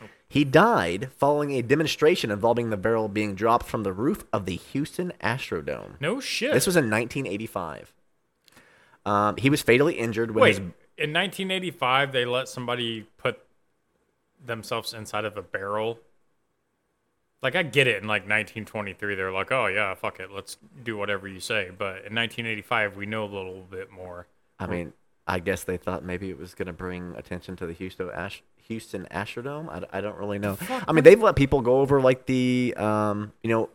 A: Oh.
B: He died following a demonstration involving the barrel being dropped from the roof of the Houston Astrodome.
A: no shit.
B: This was in 1985. Um, he was fatally injured when
A: Wait,
B: his
A: in 1985, they let somebody put themselves inside of a barrel. Like I get it in like 1923, they're like, "Oh yeah, fuck it, let's do whatever you say." But in 1985, we know a little bit more.
B: I mean, I guess they thought maybe it was going to bring attention to the Houston Ash Houston Astrodome. I, d- I don't really know. I mean, they've let people go over like the um, you know,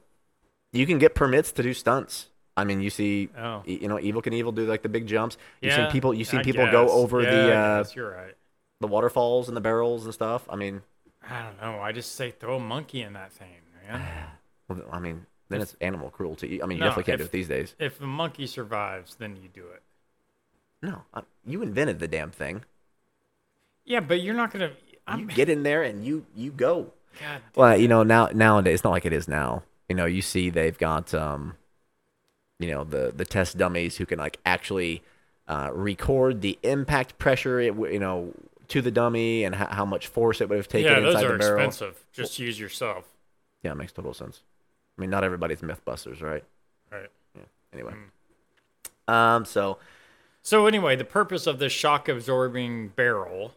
B: you can get permits to do stunts I mean, you see,
A: Oh.
B: y- you know, evil can evil do like the big jumps. You've
A: yeah,
B: seen people. You've seen
A: I
B: people go
A: guess.
B: over
A: yeah,
B: the
A: I
B: uh,
A: guess you're right.
B: the waterfalls and the barrels and stuff. I mean,
A: I don't know. I just say throw a monkey in that thing,
B: <sighs>
A: man.
B: well, I mean, then it's animal cruelty. I mean, you
A: No,
B: definitely can't do
A: if-
B: it these days.
A: If the monkey survives, then you do it.
B: No, I, you invented the damn thing.
A: Yeah, but you're not gonna.
B: You
A: I'm,
B: get in there and you you go.
A: God,
B: Well, you know, now nowadays it's not like it is now. You know, you see they've got um you know, the the test dummies who can like actually uh, record the impact pressure it w- you know to the dummy and how, how much force it would have taken
A: yeah, those
B: inside
A: are
B: the barrel.
A: expensive. Just use yourself.
B: Yeah, it makes total sense. I mean, not everybody's mythbusters, right?
A: Right.
B: Anyway.
A: Hmm.
B: Um so
A: So anyway, the purpose of this shock absorbing barrel,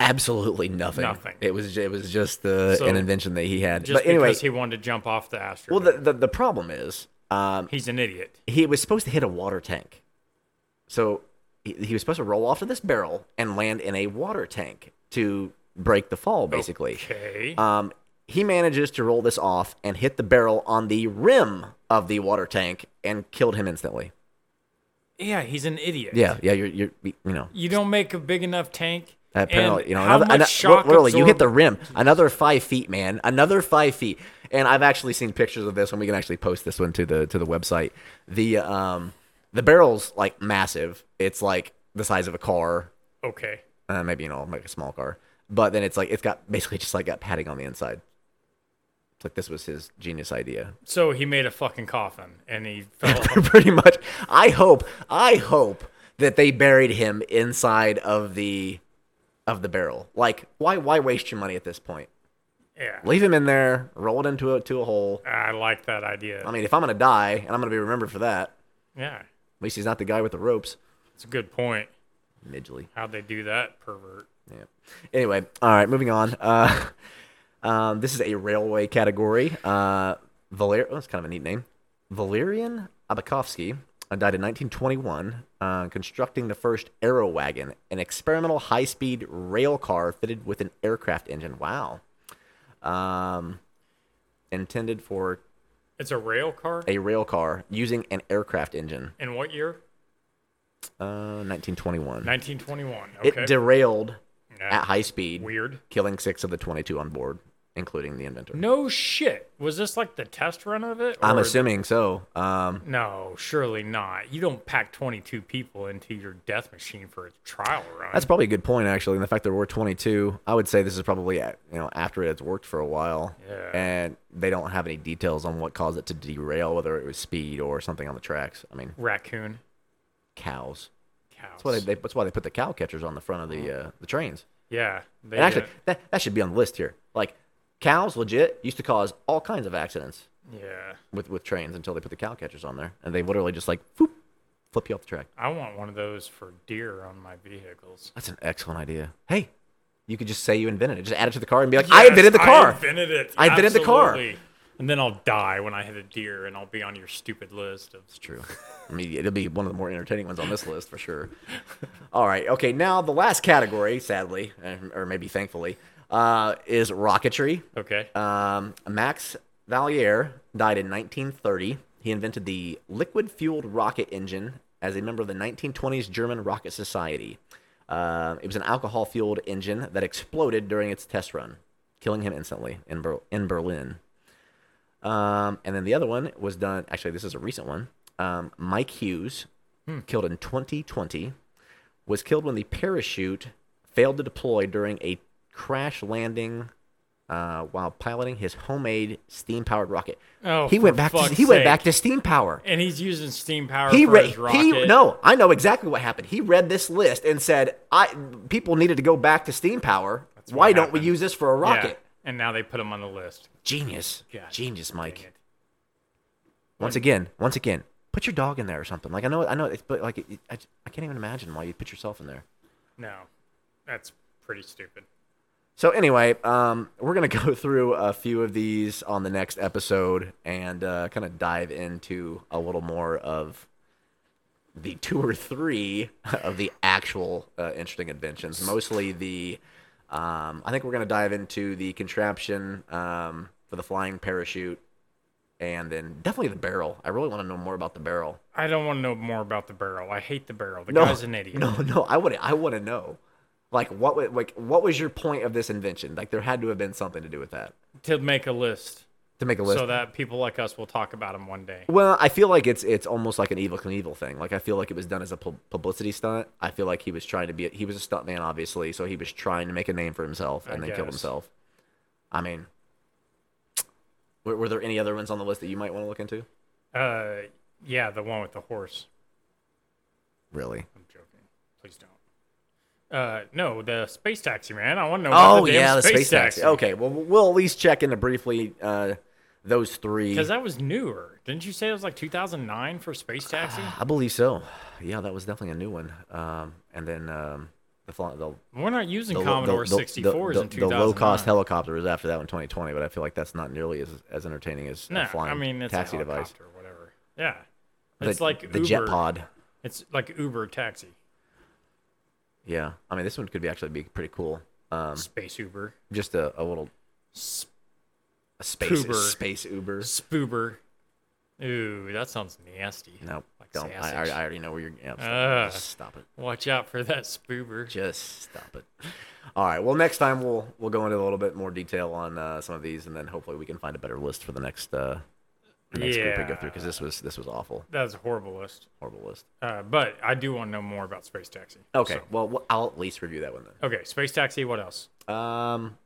B: absolutely nothing.
A: Nothing.
B: It was it was just the
A: So-
B: an invention that he had.
A: just
B: But anyway,
A: because he wanted to jump off the asteroid.
B: well the, the the problem is um
A: he's an idiot.
B: he was supposed to hit a water tank. So he, he was supposed to roll off to this barrel and land in a water tank to break the fall, basically.
A: Okay.
B: Um, he manages to roll this off and hit the barrel on the rim of the water tank and killed him instantly.
A: yeah, he's an idiot.
B: Yeah, yeah, you're, you're you know.
A: You don't make a big enough tank.
B: Apparently,
A: and
B: you know,
A: how
B: another,
A: much
B: ano-
A: shock
B: literally, you hit
A: absorb-
B: the rim. Another five feet, man. Another five feet. And I've actually seen pictures of this, and we can actually post this one to the to the website. The um, the barrel's like massive. It's like the size of a car,
A: Okay.
B: uh, maybe you know, like a small car. But then it's like it's got basically just like got padding on the inside. It's like this was his genius idea, <laughs>
A: So he made a fucking coffin and he fell. off.
B: pretty much. I hope, I hope that they buried him inside of the of the barrel. Like, why why waste your money at this point?
A: yeah.
B: leave him in there, roll it into a to a hole.
A: I like that idea.
B: <laughs> I mean, if I'm gonna die and I'm gonna be remembered for that,
A: yeah.
B: at least he's not the guy with the ropes.
A: It's a good point.
B: Midgley.
A: How'd they do that, pervert?
B: Yeah. Anyway, all right, moving on. Uh, <laughs> um, this is a railway category. Uh, Valer. Oh, that's kind of a neat name. Valerian Abakovsky uh, died in 1921, uh, constructing the first Aero wagon, an experimental high-speed rail car fitted with an aircraft engine. Wow. Um, intended for
A: It's a rail car?
B: a rail car using an aircraft engine.
A: In what year?
B: Uh, 1921.
A: 1921. Okay.
B: It derailed
A: Nah,
B: at high speed,
A: weird.
B: killing six of the 22 on board, including the inventor.
A: No shit. Was this like the test run of it?
B: I'm
A: or-
B: assuming so. Um,
A: No, surely not. You don't pack 22 people into your death machine for a trial run.
B: that's probably a good point, actually. And the fact there were 22, I would say this is probably uh, you know after it has worked for a while,
A: Yeah.
B: and they don't have any details on what caused it to derail, whether it was speed or something on the tracks. I mean,
A: Raccoon.
B: cows.
A: Cows.
B: That's why they, they that's why they put the cow catchers on the front of
A: Mm-hmm.
B: the uh, the trains.
A: yeah. They
B: And actually,
A: did.
B: that, that should be on the list here. Like, cows legit used to cause all kinds of accidents
A: Yeah.
B: with, with trains until they put the cow catchers on there. And they literally just like, whoop, flip you off the track.
A: I want one of those for deer on my vehicles.
B: That's an excellent idea. Hey, you could just say you invented it. Just add it to the car and be like, I invented the
A: I
B: car.
A: invented it.
B: I invented the car.
A: Absolutely. And then I'll die when I hit a deer, and I'll be on your stupid list of
B: True. I mean, it'll be one of the more entertaining ones on this list for sure. <laughs> All right. Okay. Now, the last category, sadly, eh, or maybe thankfully, uh, is rocketry.
A: okay.
B: Um, Max Valier died in 1930. He invented the liquid fueled rocket engine as a member of the 1920s German Rocket Society. Um it was an alcohol fueled engine that exploded during its test run, killing him instantly in, Ber- in Berlin. Um, and then the other one was done, actually, this is a recent one. Um, Mike Hughes, killed in 2020, was killed when the parachute failed to deploy during a crash landing uh, while piloting his homemade steam powered rocket.
A: Oh,
B: he went
A: for
B: back. To,
A: fuck's
B: he went
A: sake.
B: back to steam power.
A: and he's using steam power
B: He
A: for
B: read.
A: his rocket.
B: He no. I know exactly what happened. He read this list and said, "I people needed to go back to steam power.
A: what
B: Why don't we
A: happened.
B: use this for a
A: Yeah,
B: rocket?"
A: And now they put him on the list.
B: Genius.
A: God
B: Genius, Mike.
A: it.
B: Once again, once again, put your dog in there or something. Like I know, I know, it's, but like it, I, I can't even imagine why you'd put yourself in there.
A: No, that's pretty stupid.
B: So anyway, um, we're gonna <laughs> go through a few of these on the next episode and uh, kind of dive into a little more of the <laughs> two or three of the actual uh, interesting inventions. Mostly the, um, I think we're gonna dive into the contraption um, for the flying parachute, and then definitely the barrel. I really want to know more about the barrel.
A: I don't want to know more about the barrel. I hate the barrel. The
B: No,
A: guy's an idiot.
B: No, no, I want I want to know, like what wa- like what was your point of this invention? Like there had to have been something to do with that
A: To make a list,
B: to make a list.
A: so that people like us will talk about him one day.
B: Well, I feel like it's it's almost like an evil Knievel thing. Like I feel like it was done as a pu- publicity stunt. I feel like he was trying to be a, he was a stuntman, obviously, so he was trying to make a name for himself and then kill
A: guess.
B: himself. I mean, were, were there any other ones on the list that you might want to look into?
A: Uh, yeah, the one with the horse.
B: Really?
A: I'm joking. Please don't. Uh, no, the space taxi man. I want to know. about
B: Oh
A: the damn
B: yeah, the
A: space,
B: taxi. Okay, well we'll at least check into briefly uh, those three.
A: Because that was newer. Didn't you say it was like 2009 for space taxi?
B: I believe so. Yeah, that was definitely a new one. Um, and then um, the, fla- the
A: We're not using
B: the lo-
A: Commodore
B: the- the-
A: 64s
B: the-
A: in
B: the
A: 2009.
B: low-cost helicopter was after that in 2020, but I feel like that's not nearly as, as entertaining as
A: No,
B: a flying
A: I mean it's
B: taxi
A: a
B: device.
A: helicopter, or whatever. Yeah,
B: The-
A: it's like
B: the
A: Uber.
B: jet pod.
A: It's like Uber taxi,
B: Yeah, I mean this one could be actually be pretty cool. Um,
A: space Uber,
B: just a, a little
A: Sp-
B: a space
A: Uber.
B: space Uber.
A: spoober. Ooh, that sounds nasty.
B: No,
A: Like
B: don't. I, I,
A: sausage.
B: I already know where you're. Yeah,
A: Ugh.
B: just stop it.
A: Watch out for that spoober.
B: Just stop it. All right. Well, next time we'll we'll go into a little bit more detail on uh, some of these, and then hopefully we can find a better list for the next uh, the next group we go through because this was this was awful,
A: That was a horrible list.
B: horrible list.
A: Uh, but I do want to know more about space taxi.
B: Okay.
A: So-
B: Well, wh- I'll at least review that one
A: okay, space taxi. What else?
B: then. Um,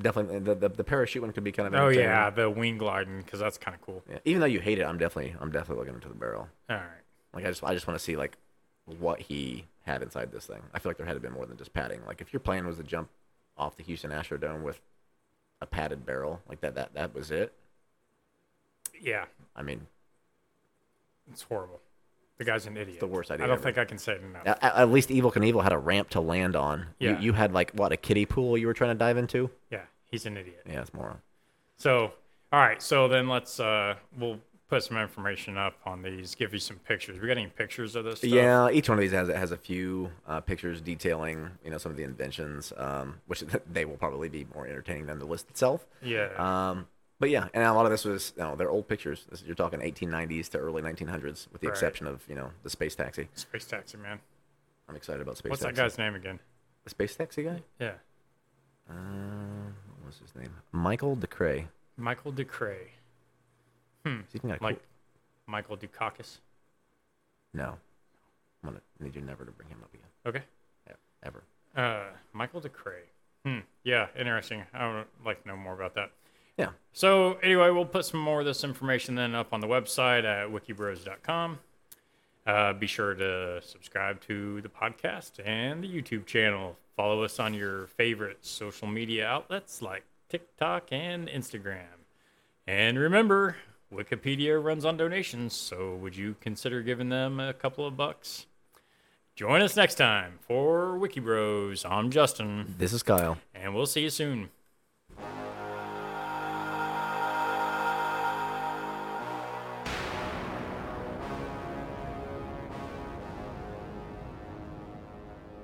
B: definitely the the, the parachute one could be kind of.
A: Oh
B: entertaining.
A: yeah, the wing gliding because that's kind of cool.
B: Yeah, Even though you hate it, I'm definitely I'm definitely looking into the barrel.
A: All right.
B: Like I just I just want to see like what he had inside this thing. I feel like there had to be more than just padding. Like if your plan was to jump off the Houston Astrodome with a padded barrel, like that that that was it.
A: Yeah,
B: I mean,
A: it's horrible. The guy's an idiot.
B: the worst idea
A: I don't
B: ever.
A: think I can say it enough.
B: at, at least Evil Knievel had a ramp to land on. You-
A: Yeah.
B: You, had like what a kiddie pool you were trying to dive into.
A: Yeah, he's an idiot.
B: Yeah, it's moron.
A: So, all right. So then let's uh, we'll put some information up on these. Give you some pictures. We got any pictures of this? Stuff?
B: Yeah, each one of these has has a few uh, pictures detailing you know some of the inventions, um, which <laughs> they will probably be more entertaining than the list itself.
A: Yeah.
B: Um, but yeah, and a lot of this was no, they're old pictures. This, you're talking 1890s to early 1900s, with the
A: Right.
B: exception of you know the space taxi.
A: Space taxi man.
B: I'm excited about space
A: What's
B: taxi.
A: that guy's name again?
B: The space taxi guy?
A: Yeah,
B: Um, what was his name? Michael DeCray.
A: Michael Ducray. Hmm.
B: Is he even got a
A: Like
B: cool-
A: Michael Dukakis.
B: No, I'm gonna need you never to bring him up again,
A: Okay.
B: E- ever.
A: Uh, Michael Ducray. Hmm. Yeah. Interesting. I would like to know more about that.
B: Yeah.
A: So anyway, we'll put some more of this information then up on the website at wikibros.com. Uh, be sure to subscribe to the podcast and the YouTube channel. Follow us on your favorite social media outlets like TikTok and Instagram. And remember, Wikipedia runs on donations, so would you consider giving them a couple of bucks? Join us next time for Wiki Bros. I'm Justin,
B: This is Kyle.
A: and we'll see you soon.